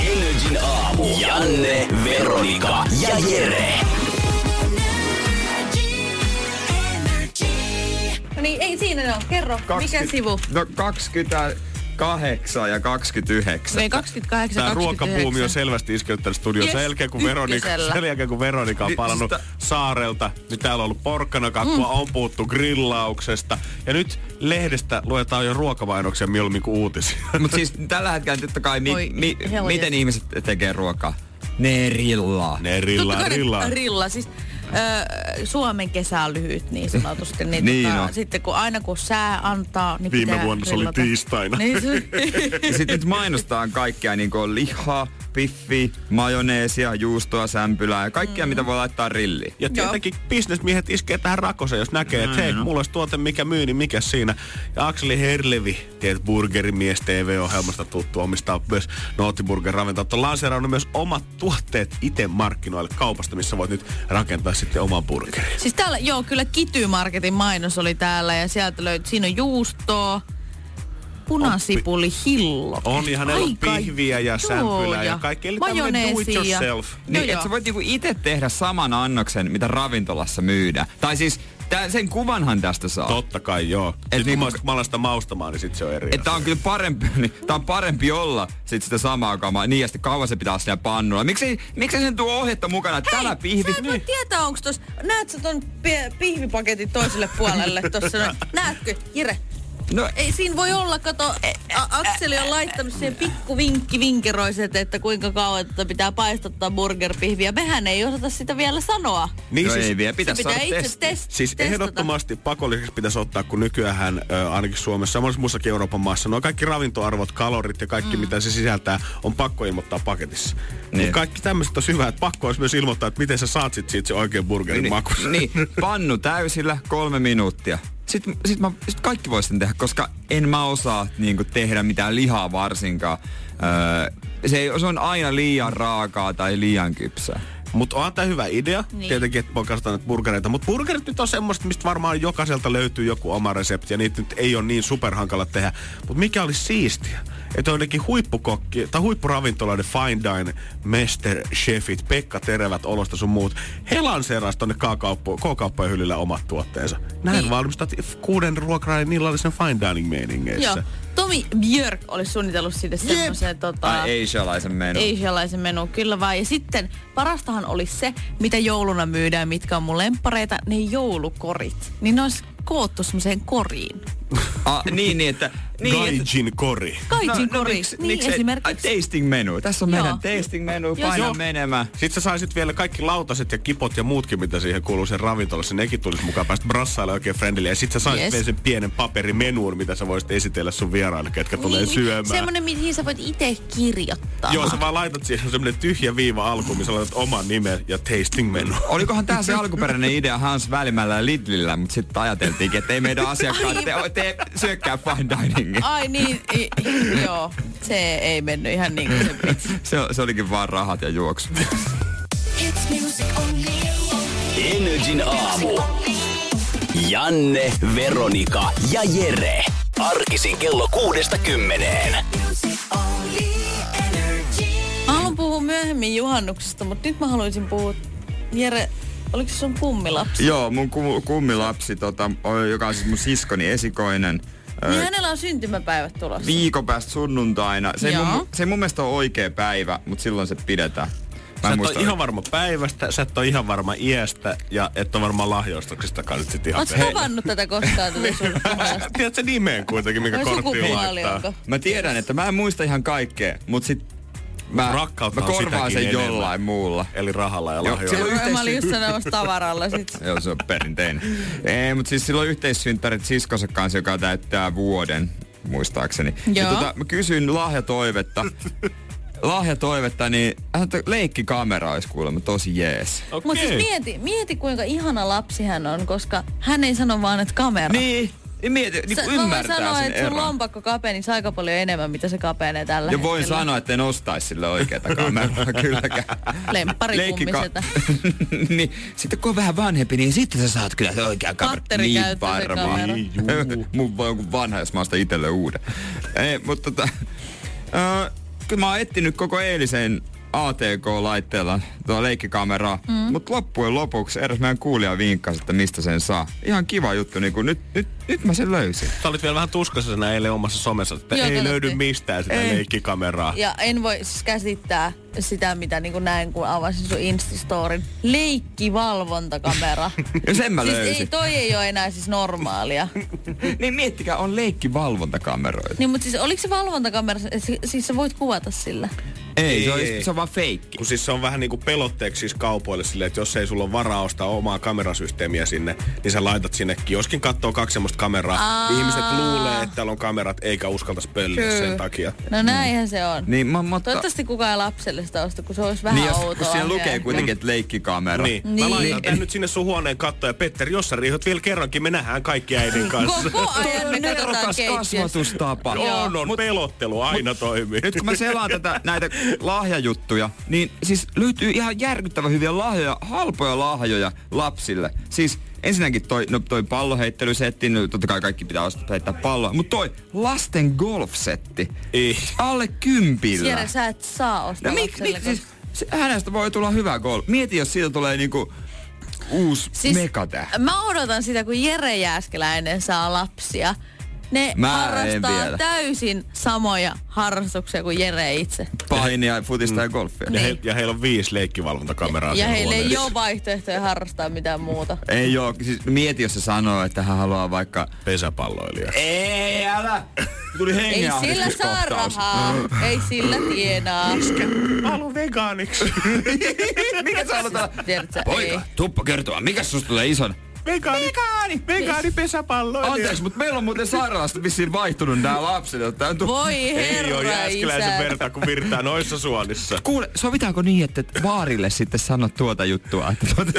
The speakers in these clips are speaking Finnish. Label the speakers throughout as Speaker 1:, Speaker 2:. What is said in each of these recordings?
Speaker 1: Energin aamu. Janne, Veronika ja Jere.
Speaker 2: No niin, ei siinä ne on. Kerro, mikä sivu?
Speaker 3: No 28 ja 29.
Speaker 2: Ei 28,
Speaker 4: Tämä
Speaker 2: 29.
Speaker 4: ruokapuumi on selvästi iskeyttänyt studion. Sen
Speaker 2: Niin, no, Yes,
Speaker 4: jälkeen, kun Veronika,
Speaker 2: ykkösellä.
Speaker 4: sen jälkeen kun Veronika on
Speaker 3: Ni-
Speaker 4: palannut
Speaker 3: Niin, sitä-
Speaker 4: saarelta, niin täällä on ollut porkkanakakkua,
Speaker 2: Mm.
Speaker 4: on puhuttu grillauksesta. Ja nyt lehdestä luetaan jo ruokamainoksia mieluummin kuin uutisia.
Speaker 3: Mutta siis tällä hetkellä totta kai, mi,
Speaker 2: Oi,
Speaker 3: mi,
Speaker 2: heljes.
Speaker 3: miten ihmiset tekee ruokaa? Ne rillaa.
Speaker 4: Ne rillaa,
Speaker 2: Totta kai
Speaker 4: rillaa.
Speaker 2: ne- Rilla, siis ö, Suomen kesä on lyhyt niin sanotusti. Niin,
Speaker 3: Niin
Speaker 2: tota,
Speaker 3: on.
Speaker 2: Sitten kun aina kun sää antaa, niin
Speaker 4: Viime
Speaker 2: pitää
Speaker 4: vuonna se oli
Speaker 2: rillata.
Speaker 4: tiistaina.
Speaker 2: Niin, se,
Speaker 3: Ja sit nyt mainostaan kaikkea, niin kuin lihaa, piffi, majoneesia, juustoa, sämpylää ja
Speaker 2: Mm.
Speaker 3: kaikkea, mitä voi laittaa rilliin.
Speaker 4: Ja tietenkin bisnesmiehet iskee tähän rakoseen, jos näkee, että hei, mulla olisi tuote, mikä myy, niin mikä siinä. Ja Akseli Herlevi, tiedät, burgerimies TV-ohjelmasta tuttu, omistaa myös Nootiburger ravintolat, on lanseerannut myös omat tuotteet itse markkinoille kaupasta, missä voit nyt rakentaa sitten oman burgerin.
Speaker 2: siis täällä, joo, kyllä Kity Marketin mainos oli täällä ja sieltä löytyy, siinä on juustoa, punasipuli, hillo.
Speaker 4: On ihan ne on
Speaker 2: Aika-
Speaker 4: pihviä ja
Speaker 2: joo,
Speaker 4: sämpylää ja kaikki. Eli tämmönen do it
Speaker 2: majoneesia.
Speaker 4: yourself.
Speaker 3: Niin,
Speaker 2: Joo,
Speaker 3: että
Speaker 2: No joo.
Speaker 3: sä voit niinku itse tehdä saman annoksen, mitä ravintolassa myydään. Tai siis tän, sen kuvanhan tästä saa.
Speaker 4: Totta kai, joo. Et niin,
Speaker 3: niinku-
Speaker 4: kun mä- mä alan sitä maustamaan, niin sit se on eri
Speaker 3: Että
Speaker 4: asia.
Speaker 3: on kyllä parempi, niin, tää on parempi olla sit sitä samaa kamaa. Niin ja sitten kauan se pitää olla siellä pannulla. Miksi, miksi sen tuo ohjetta mukana, että Niin.
Speaker 2: Hei,
Speaker 3: täällä pihvit?
Speaker 2: Sä et voi tietää, onko tos... Näet sä ton pie- pihvipaketin toiselle puolelle tossa noin. Näetkö, Jere?
Speaker 3: No
Speaker 2: Ei, siinä voi olla, kato, A- Akseli on laittanut siihen pikku vinkki vinkeroiset, että kuinka kauan tätä pitää paistattaa burgerpihviä. Mehän ei osata sitä vielä sanoa.
Speaker 4: Niin
Speaker 3: no
Speaker 4: siis-
Speaker 3: ei vielä, pitäisi
Speaker 2: Se pitää
Speaker 3: saada
Speaker 2: itse
Speaker 3: testi.
Speaker 2: test-
Speaker 4: Siis
Speaker 2: testata.
Speaker 4: ehdottomasti pakolliseksi pitäisi ottaa, kun nykyään ainakin Suomessa ja monessa muussakin Euroopan maassa, no kaikki ravintoarvot, kalorit ja kaikki mm. mitä se sisältää, on pakko ilmoittaa paketissa. Niin.
Speaker 3: Niin.
Speaker 4: Kaikki tämmöiset on hyvä, että pakko olisi myös ilmoittaa, että miten sä saat sit siitä se oikein burgerin niin. maku.
Speaker 3: niin, pannu täysillä kolme minuuttia. Sitten sit mä, sit kaikki vois sen tehdä, koska en mä osaa niinku, tehdä mitään lihaa varsinkaan. Öö, se, ei, se on aina liian raakaa tai liian kypsää.
Speaker 4: Mutta onhan tämä hyvä idea, niin.
Speaker 2: Niin.
Speaker 4: tietenkin, että pokastaa näitä burgereita. Mutta burgerit nyt on semmoista, mistä varmaan jokaiselta löytyy joku oma resepti, ja niitä nyt ei ole niin superhankala tehdä. Mutta mikä olisi siistiä? Että jonnekin huippukokki, tai huippuravintoloiden fine dine, mester, chefit, Pekka Terevät, Olosta sun muut, he lanseeraisivat tonne K-kauppo- K-kauppojen hyllylle omat tuotteensa. Näin niin.
Speaker 2: Niin.
Speaker 4: valmistat kuuden ruokraa, niin niillä olisi ne fine dining
Speaker 2: Joo.
Speaker 4: meiningeissä.
Speaker 2: Tomi Björk olisi suunnitellut sinne semmoisen tota...
Speaker 3: Ai ei sellaisen menu.
Speaker 2: Ei sellaisen menu, kyllä vaan. Ja sitten parastahan olisi se, mitä jouluna myydään, mitkä on mun lemppareita, ne joulukorit. Niin ne olisi koottu semmoiseen koriin.
Speaker 3: Ah, niin, niin, että... Niin, että
Speaker 4: Gaijin kori.
Speaker 2: Kaijin no, kori,
Speaker 3: miks-
Speaker 2: niin
Speaker 3: miks ei-
Speaker 2: esimerkiksi.
Speaker 3: Ai, tasting menu. Tässä on
Speaker 2: Joo.
Speaker 3: meidän tasting menu.
Speaker 2: Joo,
Speaker 3: Paina
Speaker 2: joo.
Speaker 3: menemään.
Speaker 4: Sitten sä saisit vielä kaikki lautaset ja kipot ja muutkin, mitä siihen kuuluu sen ravintolassa. Nekin tulisi mukaan päästä brassaille oikein friendille. Ja sit sä saisit yes.
Speaker 2: Yes.
Speaker 4: vielä sen pienen paperimenuun, mitä sä voisit esitellä sun vieraille, ketkä tulee
Speaker 2: niin,
Speaker 4: syömään.
Speaker 2: Semmoinen, mihin sä voit itse kirjoittaa.
Speaker 4: Joo, sä vaan laitat siihen semmonen tyhjä viiva alkuun, missä laitat oman nimen ja tasting menu.
Speaker 3: Olikohan tämä se alkuperäinen idea Hans Välimällä ja Lidlillä, mutta sitten ajateltiinkin, että ei meidän asiakkaat
Speaker 2: niin.
Speaker 3: te, te syökkää fine diningia.
Speaker 2: Ai niin, i, joo. Se ei mennyt ihan niin kuin se piti.
Speaker 3: Se, se olikin vaan rahat ja juoksu.
Speaker 1: Energin aamu. Janne, Veronika ja Jere. Arkisin kello kuudesta kymmeneen.
Speaker 2: Mä haluan puhua myöhemmin juhannuksesta, mutta nyt mä haluaisin puhua... Jere, oliko se sun kummilapsi?
Speaker 3: Joo, mun ku, kummilapsi, tota, on- joka on siis mun siskoni esikoinen, ö,
Speaker 2: Niin hänellä on syntymäpäivät tulossa.
Speaker 3: viikon päästä sunnuntaina. Se ei, mun,
Speaker 2: Joo.
Speaker 3: se ei mun mielestä ole oikea päivä, mutta silloin se pidetään.
Speaker 4: Sä
Speaker 3: en
Speaker 4: et
Speaker 3: muista-
Speaker 4: ole ihan varma päivästä, sä et ole ihan varma iästä ja et ole varmaan lahjoistuksestakaan nyt sit ihan
Speaker 2: Oletko tavannut tätä koskaan tätä sun kummilasta?
Speaker 4: Tiedät sen nimeen kuitenkin, mikä
Speaker 2: Vai
Speaker 4: korttiin
Speaker 2: No, sukupuoli
Speaker 4: laittaa.
Speaker 2: onko?
Speaker 3: Mä tiedän, että mä en muista ihan kaikkea, mutta sit mä,
Speaker 4: Rakkautta
Speaker 3: mä
Speaker 4: on
Speaker 3: korvaan
Speaker 4: sitäkin
Speaker 3: sen
Speaker 4: enemmän.
Speaker 3: jollain muulla.
Speaker 4: Eli rahalla ja
Speaker 3: Joo,
Speaker 4: lahjoilla.
Speaker 3: silloin
Speaker 2: Joo, Mä olin just sanomassa tavaralla sit.
Speaker 3: Joo, se on perinteinen. Ei, mutta siis silloin yhteissynttärit siskonsa kanssa, joka täyttää vuoden. muistaakseni. Ja
Speaker 2: Joo.
Speaker 3: tota, mä kysyin lahjatoivetta. lahjatoivetta, niin hän sanoi, että leikkikamera olisi kuulemma tosi jees.
Speaker 4: Okei.
Speaker 2: Mutta siis mieti, mieti, kuinka ihana lapsi hän on, koska hän ei sano vaan, että kamera.
Speaker 3: Niin, niin mieti, niin
Speaker 2: Sä-
Speaker 3: kuin
Speaker 2: mä voin
Speaker 3: ymmärtää
Speaker 2: sanoa,
Speaker 3: sen
Speaker 2: että sun
Speaker 3: eron.
Speaker 2: lompakko kapenisi aika paljon enemmän, mitä se kapenee tällä
Speaker 3: Ja voin
Speaker 2: hetkellä.
Speaker 3: sanoa, että en ostaisi sille oikeata kameraa kylläkään.
Speaker 2: Lemppari kummisetä.
Speaker 3: niin, sitten kun on vähän vanhempi, niin sitten sä saat kyllä se oikea kamera. Niin
Speaker 2: Patterikäyttöinen
Speaker 3: varmaan.
Speaker 2: kamera.
Speaker 3: Mun voi joku vanha, jos mä ostan itselle uuden. Ei, mutta tota, ö, kyllä mä oon etsinyt koko eilisen ATK-laitteella tuo leikkikameraa, mm. mutta loppujen lopuksi eräs meidän kuulija vinkkasi, että mistä sen saa. Ihan kiva juttu, niin kuin nyt, nyt, nyt mä sen löysin.
Speaker 4: Sä olit vielä vähän tuskasena eilen omassa somessa, että
Speaker 2: Joo,
Speaker 4: ei
Speaker 2: katsottiin.
Speaker 4: löydy mistään sitä
Speaker 3: Ei.
Speaker 4: leikkikameraa.
Speaker 2: Ja en voi siis käsittää sitä, mitä niin kuin näin, kun avasin sun Instastorin. Leikkivalvontakamera.
Speaker 3: Ja sen mä
Speaker 2: siis
Speaker 3: löysin.
Speaker 2: ei, toi ei ole enää siis normaalia.
Speaker 3: Niin miettikää, on leikkivalvontakameroita.
Speaker 2: niin, mutta siis oliko se valvontakamera, si- siis sä voit kuvata sillä?
Speaker 3: Ei, se on,
Speaker 4: Ei.
Speaker 3: se on vaan feikki.
Speaker 4: Kun siis se on vähän niinku pelotteeksi siis kaupoille silleen, että jos ei sulla ole varaa ostaa omaa kamerasysteemiä sinne, niin sä laitat sinne kioskin kattoo kaksi semmoista kameraa.
Speaker 2: Aa.
Speaker 4: Niin ihmiset luulee, että täällä on kamerat, eikä uskaltaisi pölliä
Speaker 2: Kyllä.
Speaker 4: sen takia.
Speaker 2: No näinhän se on.
Speaker 3: Niin, mä, mutta...
Speaker 2: Toivottavasti kukaan ei lapselle sitä osta, kun se olisi vähän
Speaker 3: Niin, jos,
Speaker 2: outoa.
Speaker 3: kun siellä lukee
Speaker 2: vielä.
Speaker 3: kuitenkin, että leikkikamera.
Speaker 4: Niin. Mä
Speaker 2: Niin.
Speaker 4: laitan
Speaker 2: Niin.
Speaker 4: tän nyt sinne sun huoneen kattoon ja Petteri, jos sä riihot vielä kerrankin, me nähdään kaikki äidin kanssa.
Speaker 2: Koko ajan me katsotaan keittiössä.
Speaker 3: kasvatustapa.
Speaker 4: On, on, pelottelu aina toimii.
Speaker 3: Nyt kun mä selaan tätä, näitä lahjajuttuja, niin siis löytyy ihan järkyttävän hyviä lahjoja, halpoja lahjoja lapsille. Siis ensinnäkin toi, no toi palloheittelysetti, no totta kai kaikki pitää ostaa heittää palloa, mutta toi lasten golfsetti.
Speaker 4: Ei.
Speaker 3: Alle kympillä.
Speaker 2: Tiedän, sä et saa
Speaker 3: No
Speaker 2: ostaa
Speaker 3: mik,
Speaker 2: lapselle,
Speaker 3: mik,
Speaker 2: koska-
Speaker 3: siis, se, hänestä voi tulla hyvä gol. Mieti, jos siitä tulee niinku uusi siis, megatähti.
Speaker 2: Mä odotan sitä, kun Jere Jääskeläinen saa lapsia. Ne
Speaker 3: Mä en vielä.
Speaker 2: harrastaa täysin samoja harrastuksia kuin Jere itse.
Speaker 3: Painia, futista ja golfia.
Speaker 4: Ja, he,
Speaker 2: Niin.
Speaker 4: ja heillä on viisi leikkivalvontakameraa
Speaker 2: Ja
Speaker 4: siinä
Speaker 2: heillä ei
Speaker 4: huoneessa.
Speaker 2: ole vaihtoehtoja harrastaa mitään muuta.
Speaker 3: Ei joo, siis mieti, jos se sanoo, että hän haluaa vaikka...
Speaker 4: Pesäpalloilija.
Speaker 3: Ei, älä! Tuli
Speaker 2: Ei sillä saa
Speaker 3: hengenahdistuskohtaus.
Speaker 2: rahaa, ei sillä tienaa.
Speaker 4: Mä haluan vegaaniksi.
Speaker 3: Mikä sä haluat olla?
Speaker 2: Tiedätkö, ei.
Speaker 3: Poika, tuppa kertoa, mikä susta tulee ison?
Speaker 4: Vegaani. Vegaani. Vegaani pesäpalloilija.
Speaker 3: Anteeksi, mutta meillä on muuten sairaalasta vissiin vaihtunut nämä lapset. Että on tu-
Speaker 2: Voi
Speaker 4: Ei
Speaker 2: herra
Speaker 4: ole jääskeläisen
Speaker 2: isä.
Speaker 4: verta, kun virtaa noissa suonissa.
Speaker 3: Kuule, sovitaanko niin, että vaarille sitten sanot tuota juttua? Että tuota,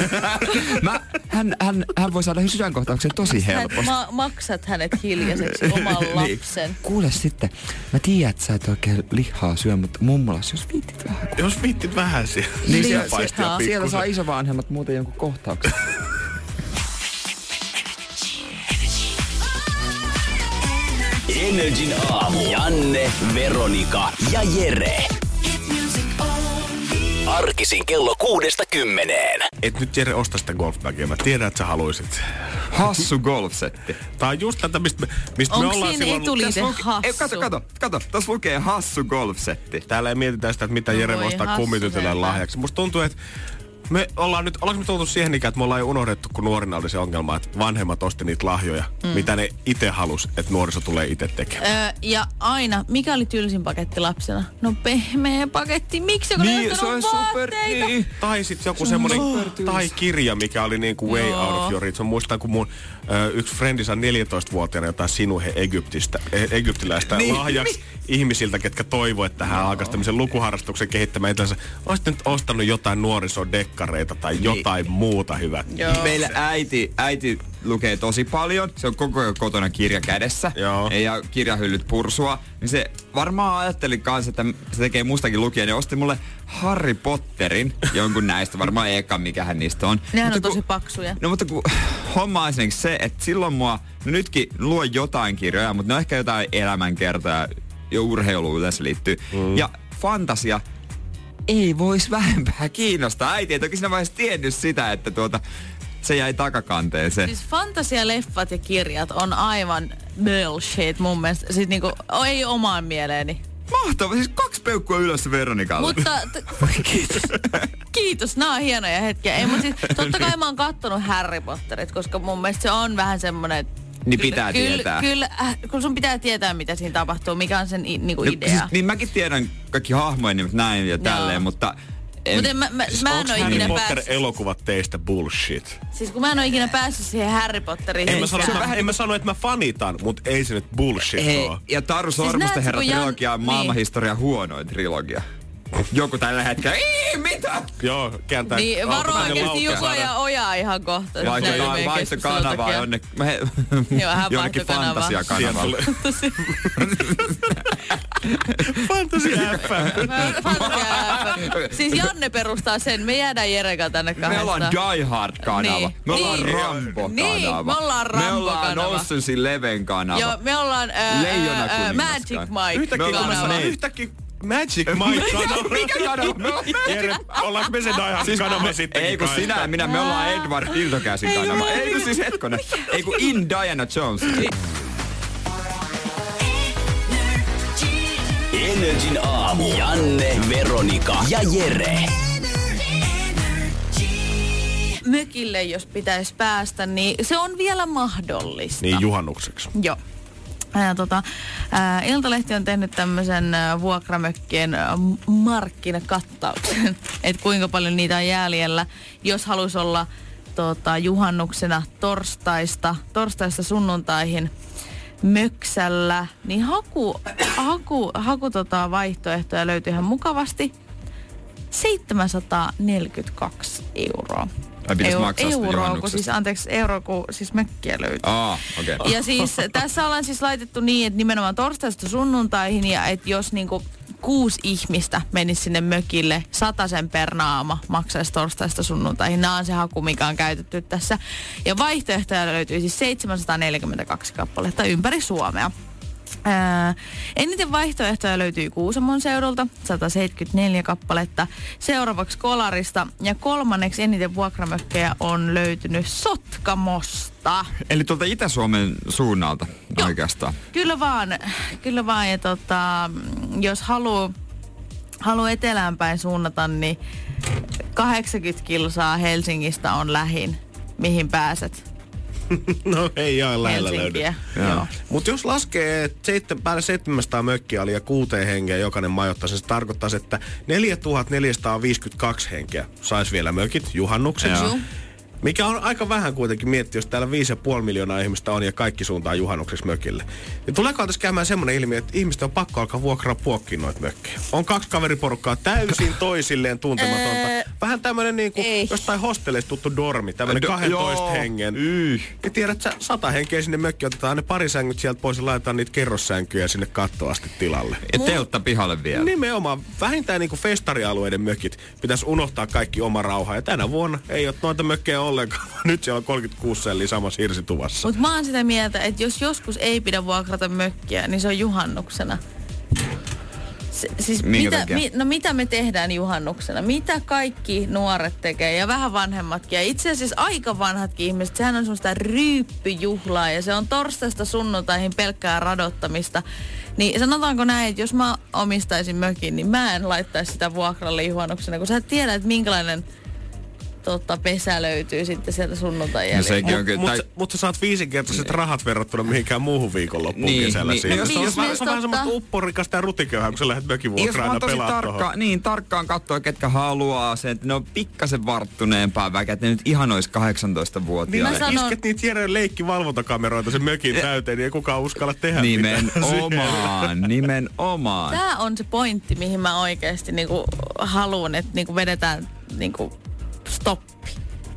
Speaker 3: mä, hän, hän, hän voi saada sydänkohtauksen tosi
Speaker 2: Sä
Speaker 3: helposti.
Speaker 2: ma- maksat hänet hiljaiseksi oman
Speaker 3: Niin.
Speaker 2: lapsen.
Speaker 3: Kuule sitten, mä tiedän, että sä et oikein lihaa syö, mutta mummolas, jos viitit vähän.
Speaker 4: Jos vittit vähän siellä.
Speaker 3: Niin
Speaker 4: siellä
Speaker 3: siellä-
Speaker 4: paistia
Speaker 2: siellä-
Speaker 3: Siellä saa
Speaker 4: pikkusen.
Speaker 3: isovanhemmat muuten jonkun kohtauksen.
Speaker 1: Energin aamu. Janne, Veronika ja Jere. Arkisin kello kuudesta kymmeneen.
Speaker 4: Et nyt Jere osta sitä golfbagia. Mä tiedän, että sä haluisit.
Speaker 3: Hassu golfsetti.
Speaker 2: Niin
Speaker 4: Tää on just tätä, mistä me, mistä me
Speaker 2: Onko
Speaker 4: ollaan
Speaker 2: siinä
Speaker 4: silloin...
Speaker 2: etuliite
Speaker 3: Ei,
Speaker 2: hassu?
Speaker 3: kato, kato, kato. Tässä lukee hassu golfsetti.
Speaker 4: Täällä ei mietitä sitä, että mitä
Speaker 2: No
Speaker 4: Jere
Speaker 2: voi
Speaker 4: voi ostaa
Speaker 2: hassu
Speaker 4: kummitytölle
Speaker 2: sentään.
Speaker 4: lahjaksi. Musta tuntuu, että me ollaan nyt, ollaanko me tultu siihen ikään, että me ollaan jo unohdettu, kun nuorina oli se ongelma, että vanhemmat osti niitä lahjoja, mm. mitä ne itse halus, että nuoriso tulee itse tekemään.
Speaker 2: Öö, ja aina, mikä oli tylsin paketti lapsena? No pehmeä paketti, miksi kun niin, ei ostanut vaatteita?
Speaker 3: Niin.
Speaker 4: Tai sitten joku semmonen, tai kirja, mikä oli niinku way Joo.
Speaker 2: Joo.
Speaker 4: out of your reach. Mä muistan, kun mun ö, yksi frendinsä 14-vuotiaana jotain sinuhe Egyptistä, e- egyptiläistä
Speaker 3: Niin.
Speaker 4: niin. lahjaksi ihmisiltä, ketkä toivoo, että hän no. alkaisi tämmöisen lukuharrastuksen kehittämään itsensä. Olisit nyt ostanut jotain nuorisodekkareita tai jotain muuta hyvät.
Speaker 2: Niin. Joo.
Speaker 3: Meillä äiti, äiti lukee tosi paljon. Se on koko ajan kotona kirja kädessä.
Speaker 4: Joo.
Speaker 3: Ja kirjahyllyt pursua. Niin se varmaan ajatteli kanssa, että se tekee mustakin lukijan. Ja osti mulle Harry Potterin, jonkun näistä. Varmaan eka, mikä hän niistä on.
Speaker 2: Nehän on
Speaker 3: Mutta
Speaker 2: tosi
Speaker 3: kun-
Speaker 2: paksuja.
Speaker 3: No mutta kun homma on esimerkiksi se, että silloin mua, no nytkin luen jotain kirjoja, mutta ne on ehkä jotain elämänkertoja ja urheiluun yleensä liittyy. Mm. Ja fantasia ei voisi vähempää kiinnostaa. Äiti ei toki siinä vaiheessa tiennyt sitä, että tuota, se jäi takakanteen se.
Speaker 2: Siis fantasialeffat ja kirjat on aivan bullshit mun mielestä. Siis niinku, ei omaan mieleeni.
Speaker 3: Mahtava, siis kaksi peukkua ylös Veronikalle.
Speaker 2: Mutta t- voi kiitos. kiitos, nämä on hienoja hetkiä. Ei, mutta siis, totta kai mä oon kattonut Harry Potterit, koska mun mielestä se on vähän semmonen... että
Speaker 3: Niin
Speaker 2: kyllä-
Speaker 3: pitää
Speaker 2: kyllä,
Speaker 3: tietää.
Speaker 2: Kyllä, äh, kun sun pitää tietää, mitä
Speaker 4: No,
Speaker 2: siinä
Speaker 3: No,
Speaker 4: siis
Speaker 3: siis
Speaker 2: tapahtuu, mikä on sen i, niinku idea.
Speaker 3: niin mäkin tiedän kaikki hahmojen nimet näin ja tälleen, mutta
Speaker 2: En, Mut en, mä, mä, mä en oo
Speaker 4: siis Harry
Speaker 2: ikinä päässyt.
Speaker 4: Potter-elokuvat teistä bullshit.
Speaker 2: Siis kun mä en oo ikinä päässyt siihen Harry Potteriin.
Speaker 4: En
Speaker 2: sisään.
Speaker 4: mä, sano, että, en mä sano, että mä fanitan, mutta ei se nyt bullshit
Speaker 3: Hei,
Speaker 4: oo.
Speaker 3: ja Taru
Speaker 2: Siis näet sä,
Speaker 3: Sormusten herra
Speaker 2: kun Jan-
Speaker 3: trilogia on
Speaker 2: niin.
Speaker 3: maailmanhistorian huonoin trilogia. Joku tällä hetkellä, ei mitä?
Speaker 4: Joo, kääntää
Speaker 2: Niin,
Speaker 4: auto
Speaker 2: varo
Speaker 4: tänne
Speaker 2: oikeesti Juko
Speaker 4: Laukealaan.
Speaker 2: ja Oja ihan kohta.
Speaker 3: Vaihto,
Speaker 2: Näin
Speaker 3: vaihto
Speaker 2: meidän
Speaker 3: kanavaa
Speaker 2: keskustelun
Speaker 3: jonnekin,
Speaker 2: Joo, hän
Speaker 3: jonnekin
Speaker 2: vaihtoi kanavaa.
Speaker 4: Sieltä
Speaker 3: fantasiakanavalle.
Speaker 4: tulee
Speaker 2: takia.
Speaker 4: Fantasia FM.
Speaker 2: Mä- fantasia- Siis Janne perustaa sen, me jäädään Jereka tänne
Speaker 3: Me
Speaker 2: kahdestaan.
Speaker 3: ollaan Die Hard-kanava.
Speaker 2: Siis Niin.
Speaker 3: Me ollaan
Speaker 2: Niin.
Speaker 3: Rambo-kanava.
Speaker 2: Niin, me ollaan
Speaker 3: Me ollaan
Speaker 2: Rambo-kanava.
Speaker 3: Oceansin Leven-kanava.
Speaker 2: Joo, me ollaan ää,
Speaker 3: Leijona
Speaker 2: ää, ää,
Speaker 3: kuningas
Speaker 2: Magic
Speaker 3: kai.
Speaker 2: Mike
Speaker 4: Yhtäkkiä, kun mä
Speaker 2: kanava.
Speaker 4: sanon, yhtäkkiä Magic Mike kanava.
Speaker 3: niin. Mikä kanava? No, Me ollaan
Speaker 4: Jere, ollaanko me se Die Hard kanava sittenkin?
Speaker 3: Ei kun
Speaker 4: kanssa?
Speaker 3: sinä ja minä, me ollaan Edward Hiltokäsin kanava. Ei kun siis hetkonen. Ei kun in Diana Jones.
Speaker 1: Energin aamu. Janne, Veronika ja Jere.
Speaker 2: Mökille, jos pitäisi päästä, niin se on vielä mahdollista.
Speaker 4: Niin juhannukseksi.
Speaker 2: Joo. Ja tota, ää, Iltalehti on tehnyt tämmöisen ää, vuokramökkien ää, m- markkinakattauksen, että kuinka paljon niitä on jäljellä, jos haluaisi olla tota, juhannuksena torstaista, torstaista sunnuntaihin möksällä, niin haku, haku, haku tota vaihtoehtoja löytyy ihan mukavasti. 742 euroa.
Speaker 3: Ai, pitäis maksaa sitä
Speaker 2: euroa, kun
Speaker 3: juhannuksesta.
Speaker 2: siis, anteeksi, euroa, kun siis mökkiä löytyy.
Speaker 3: Aa, okei.
Speaker 2: Ja siis tässä ollaan siis laitettu niin, että nimenomaan torstaista sunnuntaihin ja että jos niinku kuusi ihmistä menisi sinne mökille, sen per naama maksaisi torstaista sunnuntaihin. Nämä on se haku, mikä on käytetty tässä. Ja vaihtoehtoja löytyy siis 742 kappaletta ympäri Suomea. Ää, eniten vaihtoehtoja löytyy Kuusamon seudulta, 174 kappaletta, seuraavaksi Kolarista ja kolmanneksi eniten vuokramökkejä on löytynyt Sotkamosta.
Speaker 3: Eli tuolta Itä-Suomen suunnalta oikeastaan.
Speaker 2: Kyllä vaan, kyllä vaan. Ja tota, mm, jos haluaa halu etelään päin suunnata, niin 80 kilsaa Helsingistä on lähin, mihin pääset
Speaker 4: No ei ihan lähellä löydy.
Speaker 2: Helsinkiä.
Speaker 3: Joo.
Speaker 4: Mutta jos laskee et seitten, päälle 700 mökkiä oli ja kuuteen henkeä jokainen majoittaa, se tarkoittaa, että 4452 henkeä saisi vielä mökit juhannukseksi.
Speaker 2: Joo.
Speaker 4: Mikä on aika vähän kuitenkin miettiä, jos täällä 5,5 miljoonaa ihmistä on ja kaikki suuntaa juhannukseksi mökille. Ja tuleeko tässä käymään semmoinen ilmiö, että ihmistä on pakko alkaa vuokraa puokkiin noita mökkejä? On kaksi kaveriporukkaa täysin toisilleen tuntematonta. Vähän tämmöinen niin
Speaker 2: ei.
Speaker 4: kuin jostain hostelleista tuttu dormi, tämmöinen
Speaker 3: Do-
Speaker 4: 12
Speaker 3: joo.
Speaker 4: hengen.
Speaker 3: Yh.
Speaker 4: Ja tiedät sä, sata henkeä sinne mökkiin, otetaan ne pari sängyt sieltä pois ja laitetaan niitä kerrossänkyjä sinne kattoasti tilalle.
Speaker 3: Ja teltta pihalle vielä.
Speaker 4: Nimenomaan, vähintään niinku festarialueiden mökit pitäisi unohtaa kaikki oma rauha. Ja tänä vuonna ei ole noita mökkejä ollenkaan, vaan nyt siellä on 36 selliä samassa hirsituvassa.
Speaker 2: Mutta mä oon sitä mieltä, että jos joskus ei pidä vuokrata mökkiä, niin se on juhannuksena. Se, siis
Speaker 3: Minkä
Speaker 2: mitä,
Speaker 3: takia?
Speaker 2: mi, no mitä me tehdään juhannuksena? Mitä kaikki nuoret tekee ja vähän vanhemmatkin ja itse asiassa aika vanhatkin ihmiset. Sehän on semmoista ryyppyjuhlaa ja se on torstaista sunnuntaihin pelkkää radottamista. Niin sanotaanko näin, että jos mä omistaisin mökin, niin mä en laittaisi sitä vuokralle juhannuksena, kun sä et tiedä, että minkälainen tota, pesä löytyy sitten sieltä sunnuntai
Speaker 3: No sekin on
Speaker 4: Mutta
Speaker 3: kyllä.
Speaker 4: mut,
Speaker 3: Tai,
Speaker 4: sä- mut sä saat viisinkertaiset rahat verrattuna mihinkään muuhun viikonloppuun
Speaker 3: Niin,
Speaker 4: kesällä
Speaker 3: niin.
Speaker 4: siinä.
Speaker 3: No
Speaker 4: se on,
Speaker 2: jos-
Speaker 4: se on vähän
Speaker 2: totta.
Speaker 4: semmoista upporikasta ja rutiköyhää, kun sä lähdet
Speaker 3: jos
Speaker 4: mökivuokraan
Speaker 3: vaan
Speaker 4: aina
Speaker 3: tosi
Speaker 4: pelaa tohon.
Speaker 3: tarkka, niin, tarkkaan katsoa, ketkä haluaa sen, että ne on pikkasen varttuneempaa väkeä, että ne nyt ihan olisi 18-vuotiaita.
Speaker 4: Niin sä
Speaker 2: Mä sanon-
Speaker 4: isket niitä Jeren leikkivalvontakameroita sen mökin täyteen, niin ei kukaan uskalla tehdä
Speaker 3: Nimenomaan, nimenomaan.
Speaker 2: Tämä on se pointti, mihin mä oikeasti niinku haluan, että niinku vedetään niinku stoppi.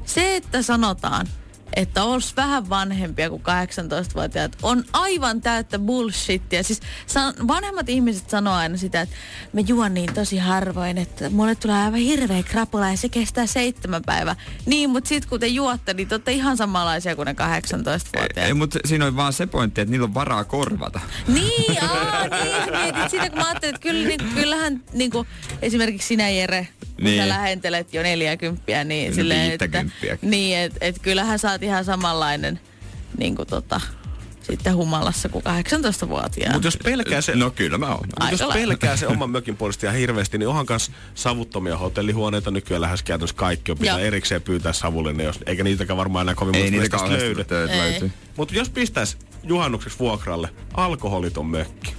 Speaker 2: Se, että sanotaan, että olisi vähän vanhempia kuin 18-vuotiaat, on aivan täyttä bullshittia. Siis san- vanhemmat ihmiset sanoo aina sitä, että me juon niin tosi harvoin, että mulle tulee aivan hirveä krapula ja se kestää seitsemän päivää. Niin, mutta sitten kun te juotte, niin te olette ihan samanlaisia kuin ne 18-vuotiaat.
Speaker 3: Ei, mutta siinä on vaan se pointti, että niillä on varaa korvata.
Speaker 2: Niin, aa, niin sä mietit sitä, kun mä ajattelin, että kyllä, niin, kyllähän niin kuin, esimerkiksi sinä Jere, kun niin.
Speaker 3: Niin.
Speaker 2: sä lähentelet jo 40, niin
Speaker 3: No
Speaker 2: silleen, että,
Speaker 3: 50.
Speaker 2: niin, et, et kyllähän sä oot ihan samanlainen niin kuin, tota, sitten humalassa kuin 18-vuotiaana.
Speaker 4: Mutta jos pelkää se...
Speaker 3: No kyllä mä oon.
Speaker 4: Mut jos
Speaker 2: Aika lailla.
Speaker 4: pelkää se oman mökin puolesta ihan hirveästi, niin onhan kans savuttomia hotellihuoneita nykyään lähes käytännössä kaikki. On pitää
Speaker 2: Joo.
Speaker 4: erikseen pyytää savullinen, jos, eikä niitäkään varmaan enää kovin
Speaker 3: Ei
Speaker 4: monesta
Speaker 3: niitä
Speaker 4: mestasta
Speaker 3: kauheasti töitä
Speaker 2: Ei.
Speaker 3: löytyy.
Speaker 4: Mutta jos pistäisi juhannukseksi vuokralle alkoholiton mökki,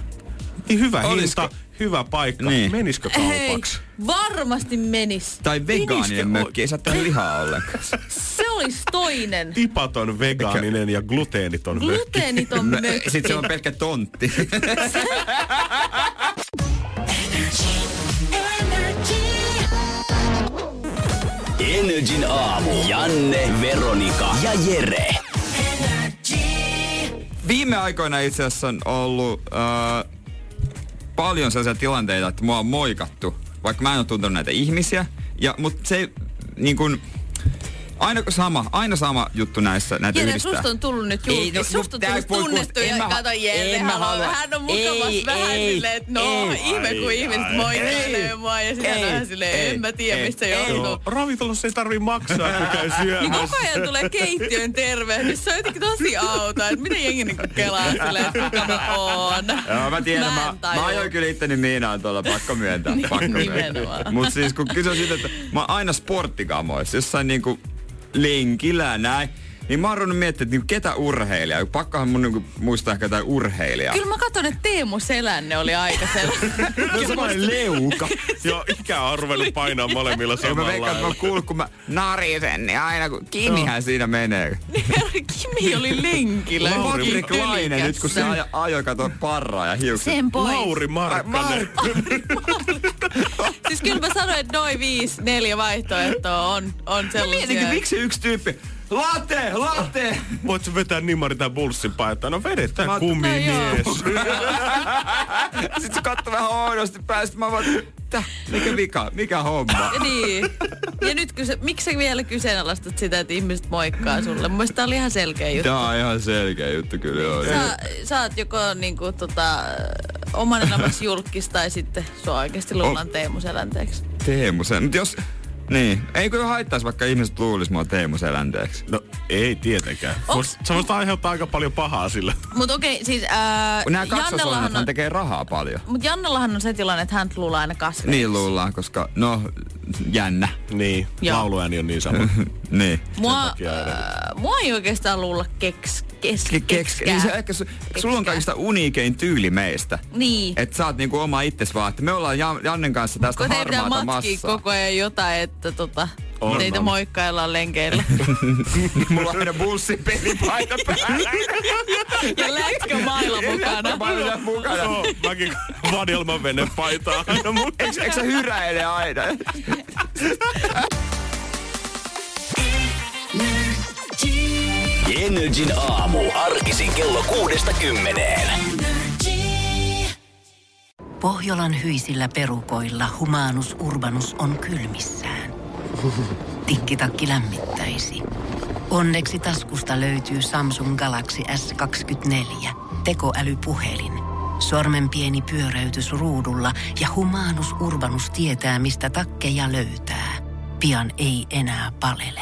Speaker 4: Niin hyvä
Speaker 3: Olisko-
Speaker 4: hinta, hyvä paikka.
Speaker 3: Niin.
Speaker 4: Menisikö kaupaksi?
Speaker 2: varmasti menis.
Speaker 3: Tai vegaaninen
Speaker 4: Menisikö
Speaker 3: mökki, ei saa tehdä lihaa ollenkaan.
Speaker 2: Se olisi toinen.
Speaker 4: Tipaton, vegaaninen ja gluteeniton mökki.
Speaker 2: Gluteeniton
Speaker 3: No,
Speaker 2: mökki.
Speaker 3: Sitten se on pelkkä tontti.
Speaker 1: Energin aamu. Janne, Veronika ja Jere.
Speaker 3: Viime aikoina itse asiassa on ollut äh, paljon sellaisia tilanteita, että mua on moikattu, vaikka mä en ole tuntenut näitä ihmisiä. Ja, mutta se ei, niin kuin, aina sama, aina sama juttu näissä, näitä
Speaker 2: Jere,
Speaker 3: yhdistää.
Speaker 2: susta on tullut nyt julkis.
Speaker 3: no,
Speaker 2: susta on
Speaker 3: tää
Speaker 2: tullut
Speaker 3: voi kuulost-
Speaker 2: tunnettu
Speaker 3: en
Speaker 2: ja
Speaker 3: mä-
Speaker 2: kato Jere,
Speaker 3: en mä
Speaker 2: hän on,
Speaker 3: halua.
Speaker 2: hän on mukavasti
Speaker 3: Ei,
Speaker 2: vähän
Speaker 3: ei,
Speaker 2: silleen, että no,
Speaker 3: ei.
Speaker 2: ihme kun ihmiset moikkailee mua ja sitten
Speaker 3: ei,
Speaker 2: vähän silleen,
Speaker 3: ei,
Speaker 2: en mä tiedä
Speaker 3: ei,
Speaker 2: mistä
Speaker 3: ei.
Speaker 2: johtuu.
Speaker 4: Joo. Ravintolassa ei tarvi maksaa, kun käy
Speaker 2: Niin
Speaker 4: syömässä.
Speaker 2: koko ajan tulee keittiön tervehdys. Se on jotenkin tosi outoa, että miten jengi niinku kelaa silleen, että kuka mä oon.
Speaker 3: Joo, mä tiedän,
Speaker 2: Mä
Speaker 3: mä,
Speaker 2: en
Speaker 3: mä,
Speaker 2: tajua. Niin,
Speaker 3: ajoin kyllä itteni miinaan tuolla, pakko myöntää, pakko myöntää.
Speaker 2: nimenomaan.
Speaker 3: Mut siis kun kyse on siitä, että mä oon aina sporttikamoissa, jossain niinku lenkillä näin, niin mä oon ruvennut miettimään, että niinku ketä urheilijaa. Pakkohan mun niinku muistaa ehkä jotain urheilijaa.
Speaker 2: Kyllä mä katson, että Teemu Selänne oli aika sellainen.
Speaker 3: No semmoinen leuka.
Speaker 4: Joo, ikä on ruvennut painaa molemmilla
Speaker 3: Ja mä
Speaker 4: samalla
Speaker 3: veikkaan, että
Speaker 4: lailla.
Speaker 3: mä oon kuullut, kun mä narisen, niin aina kun Kimihän siinä menee.
Speaker 2: Kimi oli lenkillä.
Speaker 4: Lauri
Speaker 2: Kimi
Speaker 3: Patrik Laine, nyt kun se
Speaker 2: Ylikässä.
Speaker 3: ajo, ajoi kato parraa ja hiukset.
Speaker 2: Sen pois.
Speaker 4: Lauri Markkanen.
Speaker 2: Siis kyllä mä sanoin, että noin viisi, neljä vaihtoehtoa on, on sellaisia.
Speaker 3: Mietinkin, miksi yksi tyyppi? Latte, latte!
Speaker 4: Voit sä vetää nimari tai bulssin paetaan? No
Speaker 3: Mä-
Speaker 4: vedetään kumimies.
Speaker 3: Sitten se katsoi vähän oudosti päästä. Mä vaan, "Täh, mikä vika, mikä homma?
Speaker 2: Ja niin. Ja nyt kyse, miksi sä vielä kyseenalaistat sitä, että ihmiset moikkaa sulle? Mun mielestä tää oli ihan selkeä juttu.
Speaker 3: Tää on ihan selkeä juttu kyllä. Joo.
Speaker 2: Sä, sä oot joko niinku, tota, oman elämäsi julkis tai sitten sua oikeasti luullaan
Speaker 3: Oh.
Speaker 2: Teemu Selänteeksi.
Speaker 3: Teemu sen. Mut jos... Niin. Ei kyllä haittaisi, vaikka ihmiset luulis mua Teemu selänteeksi.
Speaker 4: No ei tietenkään.
Speaker 2: Onks-
Speaker 4: Se voisi aiheuttaa aika paljon pahaa sillä.
Speaker 2: Mut okei, siis ää,
Speaker 3: Nämä
Speaker 2: Jannellahan
Speaker 3: kaksosohjelmat
Speaker 2: on,
Speaker 3: on... tekee rahaa paljon.
Speaker 2: mut Jannellahan on se tilanne, että hän luullaan aina kasveiksi.
Speaker 3: Niin luullaan, koska no jännä.
Speaker 4: Niin,
Speaker 2: Joo.
Speaker 4: lauluääni on niin sama.
Speaker 3: niin.
Speaker 2: Mua,
Speaker 4: takia
Speaker 2: äh, mua ei oikeastaan luulla keks, kes,
Speaker 3: Ke- Keks,
Speaker 2: keksikään.
Speaker 3: niin se ehkä, su, sulla on kaikista uniikein tyyli meistä.
Speaker 2: Niin.
Speaker 3: Että sä oot niinku oma itses vaan, että me ollaan Jan- Jannen kanssa tästä
Speaker 2: Kun teitä
Speaker 3: harmaata
Speaker 2: matkii
Speaker 3: massaa.
Speaker 2: koko ajan jotain, että tota,
Speaker 4: On,
Speaker 2: teitä
Speaker 4: on.
Speaker 2: moikkaillaan lenkeillä.
Speaker 3: Mulla on aina bussin pelipaita päällä.
Speaker 2: ja lätkö mailla mukana.
Speaker 3: Mä olen siellä mukana.
Speaker 4: Joo, mäkin vadelman vene paitaa aina mun.
Speaker 3: Eikö, eikö se hyräile aina?
Speaker 1: Energin aamu. Arkisin kello kuudesta kymmeneen.
Speaker 5: Pohjolan hyisillä perukoilla humanus urbanus on kylmissään. Tikkitakki lämmittäisi. Onneksi taskusta löytyy Samsung Galaxy S24. Tekoälypuhelin. Sormen pieni pyöräytys ruudulla ja humanus urbanus tietää, mistä takkeja löytää. Pian ei enää palele.